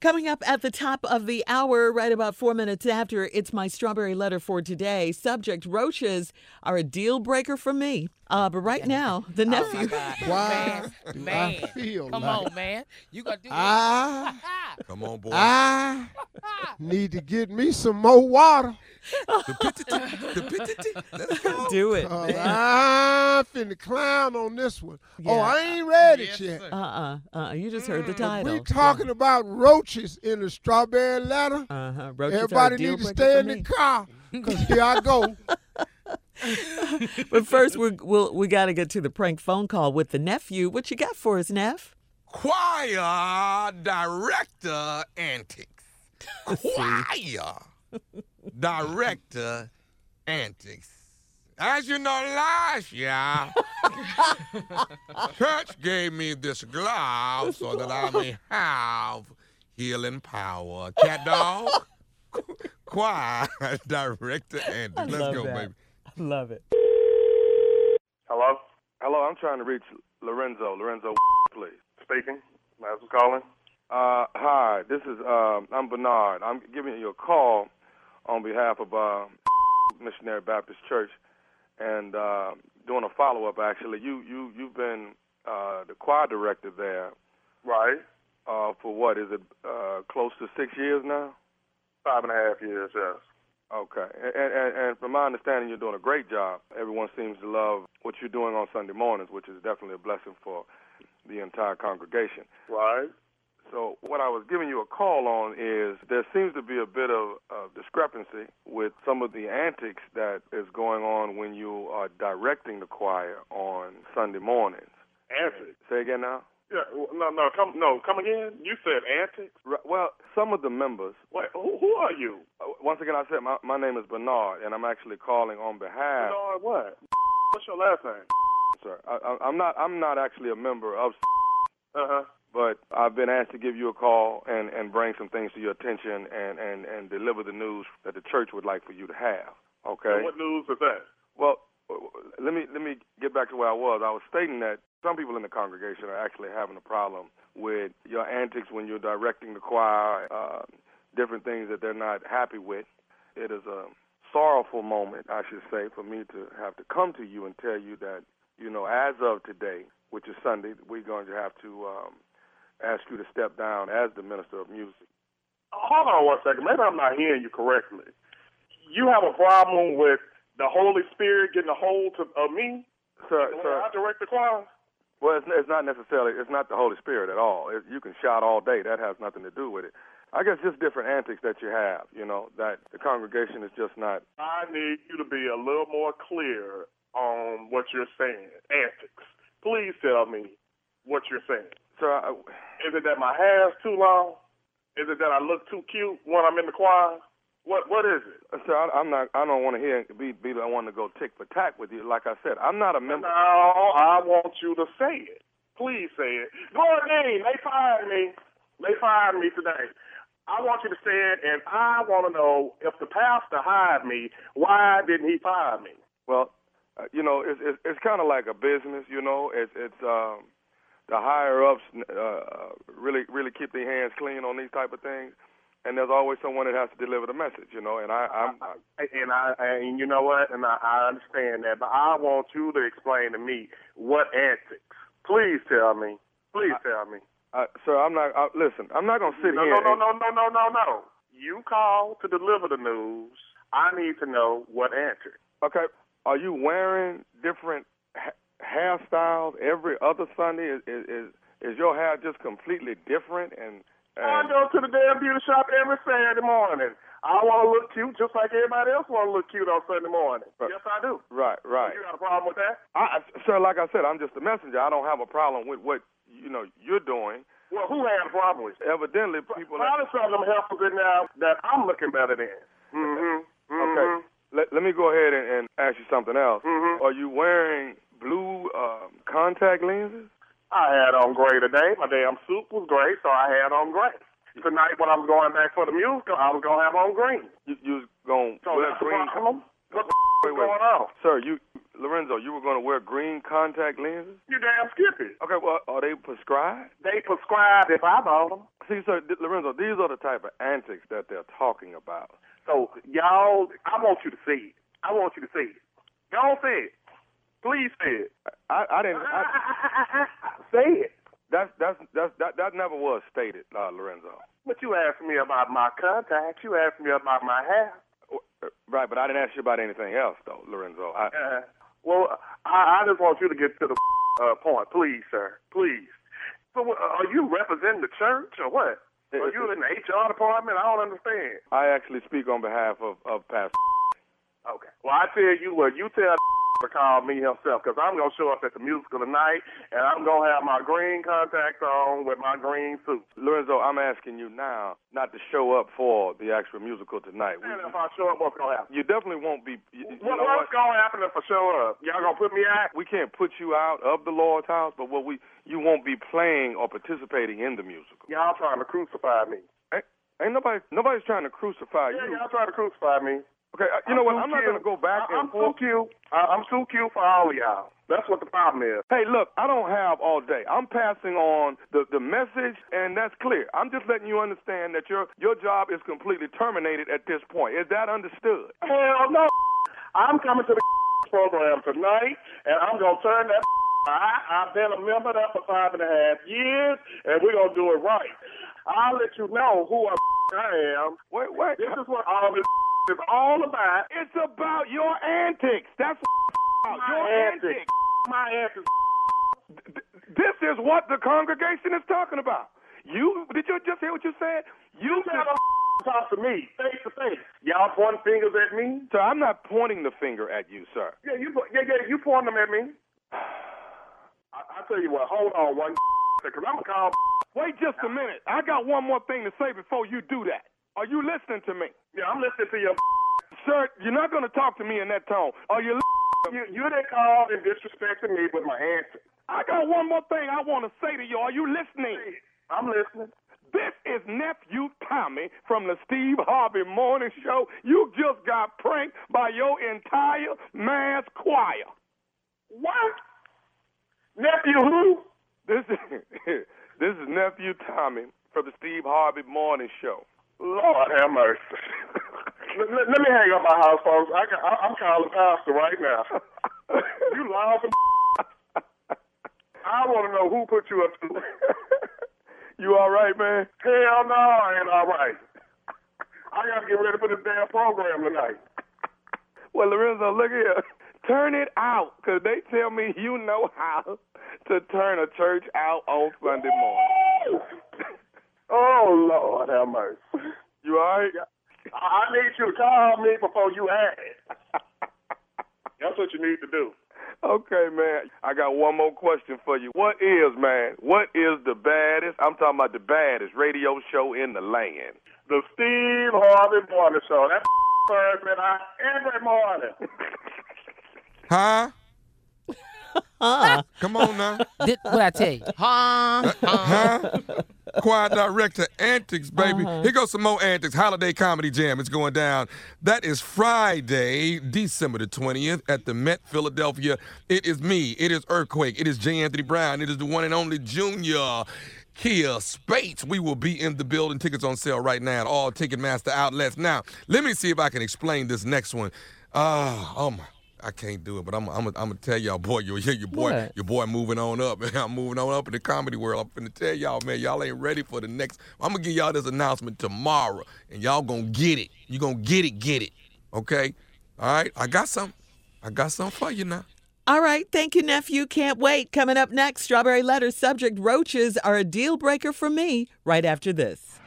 Coming up at the top of the hour, right about four minutes after, it's my strawberry letter for today. Subject roaches are a deal breaker for me. Uh, but right now, Oh, the nephew. Why Man, do I man. feel come like on, man. You gonna do that? I Come on, boy. I need to get me some more water. The pitty- the pitty- Let's go. Do it. 'cause Uh, I'm finna clown on this one. Oh, Yeah. I ain't read it yet. Uh uh-uh, uh. You just heard the Mm, We title. talking about roaches in the strawberry ladder. Uh huh. Roaches Everybody are a deal need to breaker stay for in the me. car because here I go. But first, we're, we'll, we got to get to the prank phone call with the nephew. What you got for us, Neff? Choir director antics. Choir director antics. As you know, last year, church gave me this glove so that I may have healing power. Cat dog, choir director antics. Let's love go, that. baby. I love it. Hello? Hello, I'm trying to reach Lorenzo. Lorenzo, please. Speaking. That's who's calling. Uh, hi, this is, um, I'm Bernard. I'm giving you a call on behalf of uh, Missionary Baptist Church and uh, doing a follow up, actually. You, you, you've been uh, the choir director there. Right. Uh, for what? Is it uh, close to six years now? Five and a half years, yes. Okay. And, and, and from my understanding, you're doing a great job. Everyone seems to love what you're doing on Sunday mornings, which is definitely a blessing for the entire congregation. Right. So, what I was giving you a call on is there seems to be a bit of, of discrepancy with some of the antics that is going on when you are directing the choir on Sunday mornings. Antics? Say again now? Yeah, no, no, come, no, come again. You said antics. Well, some of the members. Wait, who, who are you? Once again, I said my, my name is Bernard, and I'm actually calling on behalf. Bernard, what? What's your last name? Sir, I, I, I'm not. I'm not actually a member of. Uh Uh-huh. huh. But I've been asked to give you a call and, and bring some things to your attention and, and, and deliver the news that the church would like for you to have. Okay. what news is that? Well, w- w- let me let me get back to where I was. I was stating that some people in the congregation are actually having a problem with your antics when you're directing the choir, uh, different things that they're not happy with. It is a sorrowful moment, I should say, for me to have to come to you and tell you that, you know, as of today, which is Sunday, we're going to have to um, ask you to step down as the minister of music. Oh, Hold on one second. Maybe I'm not hearing you correctly. You have a problem with the Holy Spirit getting a hold to, of me? Sir, The way sir, I direct the choir? Well, it's, it's not necessarily it's not the Holy Spirit at all. It, you can shout all day; that has nothing to do with it. I guess just different antics that you have, you know, that the congregation is just not. I need you to be a little more clear on what you're saying. Antics. Please tell me what you're saying. Sir, I, Is it that my hair's too long? Is it that I look too cute when I'm in the choir? What What is it? sir, I, I'm not. I don't want to hear be be the one to go tick for tack with you. Like I said, I'm not a member. No, I want you to say it. Please say it. Gordon, they fired me. They fired me today. I want you to say it, and I want to know if the pastor hired me, why didn't he fire me? Well, uh, you know, it's it's, it's kind of like a business. You know, it's it's um, the higher ups uh, really really keep their hands clean on these type of things, and there's always someone that has to deliver the message. You know, and I, I'm. I, And I and you know what? And I, I understand that, but I want you to explain to me what antics. Please tell me. Please tell me. I, sir, I'm not. I, listen, I'm not gonna sit No, here. no, no, and- no, no, no, no, no. You call to deliver the news. I need to know what antics. Okay, are you wearing different ha- hairstyles every other Sunday? Is, is is- is your hair just completely different? And, Oh, I and go to the damn beauty shop every Saturday morning. I want to look cute just like everybody else want to look cute on Sunday morning. Right. Yes, I do. right, right. You got a problem with that? I, I- sir, like I said, I'm just a messenger. I don't have a problem with what you know you're doing. Well, who had a problem with that? Evidently, people. Probably some of them helpers in there that I'm looking better than. Mm-hmm. okay, let, let me go ahead and, and ask you something else. Mm-hmm. Are you wearing blue um, contact lenses? I had on gray today. My damn suit was gray, so I had on gray. Tonight, when I'm going back for the musical, I'm going to have on green. You, you gonna So wear that's a green? problem. What the Wait, is wait. going on? Sir, you Lorenzo, you were going to wear green contact lenses? You damn skippy. Okay, well, are they prescribed? They prescribed if I bought them. See, so th- Lorenzo, these are the type of antics that they're talking about. So y'all, I want you to see it. I want you to see it. Y'all say it. Please say it. I, I didn't. I, say it. that's that's that's that, that never was stated, uh, Lorenzo. But you asked me about my contacts. You asked me about my hair. W- uh, Right, but I didn't ask you about anything else, though, Lorenzo. I, Uh, well, I, I just want you to get to the uh, point, please, sir. Please. So, uh, are you representing the church or what? Are you in the HR department? I don't understand. I actually speak on behalf of of Pastor. Okay. Well, I tell you what, you tell to call me himself because I'm going to show up at the musical tonight and I'm going to have my green contacts on with my green suit. Lorenzo, I'm asking you now not to show up for the actual musical tonight. We- And if I show up, what's going to happen? you definitely won't be. You, you What, know what? what's going to happen if I show up? Y'all going to put me out? We can't put you out of the Lord's house, but what we you won't be playing or participating in the musical. Y'all trying to crucify me. Ain't, ain't nobody nobody's trying to crucify Yeah, you. y'all trying to crucify me. Okay, uh, you know what? too I'm not cute. going to go back I, and I'm forth. too cute. I, I'm too cute for all of y'all. That's what the problem is. Hey, look, I don't have all day. I'm passing on the, the message, and that's clear. I'm just letting you understand that your your job is completely terminated at this point. Is that understood? Hell no. I'm coming to the program tonight, and I'm going to turn that. I, I've been a member of that for five and a half years, and we're going to do it right. I'll let you know who I am. Wait, wait. This is what all this is all about. It's about your antics. That's what it's about your My antics. antics. My answer. This is what the congregation is talking about. You did you just hear what you said? You Y'all don't talk to me face to face. Y'all pointing fingers at me. sir, I'm not pointing the finger at you, sir. Yeah, you po- yeah yeah you pointing them at me. I, I tell you what, hold on one because I'm gonna call. Wait just a minute. I got one more thing to say before you do that. Are you listening to me? Yeah, I'm listening to your. Sir, you're not going to talk to me in that tone. Are you You you done called and disrespected me with my answer. I got one more thing I want to say to you. Are you listening? I'm listening. This is nephew Tommy from the Steve Harvey Morning Show. You just got pranked by your entire mass choir. What? Nephew who? This is this is nephew Tommy from the Steve Harvey Morning Show. Lord have mercy. let, let- let me hang up my house phones. I, ca- I, I'm calling pastor right now. You loud and I want to know who put you up to. you all right, man? Hell no, I ain't all right. I gotta get ready for this damn program tonight. Well, Lorenzo, look here. Turn it out, 'cause they tell me you know how to turn a church out on Sunday morning. Oh Lord, have mercy. You all right? I I need you to call me before you act. That's what you need to do. Okay, man. I got one more question for you. What is, man? What is the baddest? I'm talking about the baddest radio show in the land. The Steve Harvey Morning Show. That turns me out every morning. Huh? Huh. Come on now. Did, what I tell you? Huh? huh? Choir director antics, baby. Here goes some more antics. Holiday comedy jam. It's going down. That is Friday, December the 20th at the Met Philadelphia. It is me. It is Earthquake. It is J. Anthony Brown. It is the one and only Junior. Kia Spates. We will be in the building. Tickets on sale right now at all Ticketmaster outlets. Now, let me see if I can explain this next one. Uh, oh my. I can't do it, but I'm I'm I'm gonna tell y'all, boy, your your boy What? your boy moving on up. I'm moving on up in the comedy world. I'm finna tell y'all, man, y'all ain't ready for the next. I'm gonna give y'all this announcement tomorrow, and y'all gonna get it. You gonna get it, get it. Okay, all right. I got something. I got something for you now. All right. Thank you, nephew. Can't wait. Coming up next, Strawberry Letter subject roaches are a deal breaker for me right after this.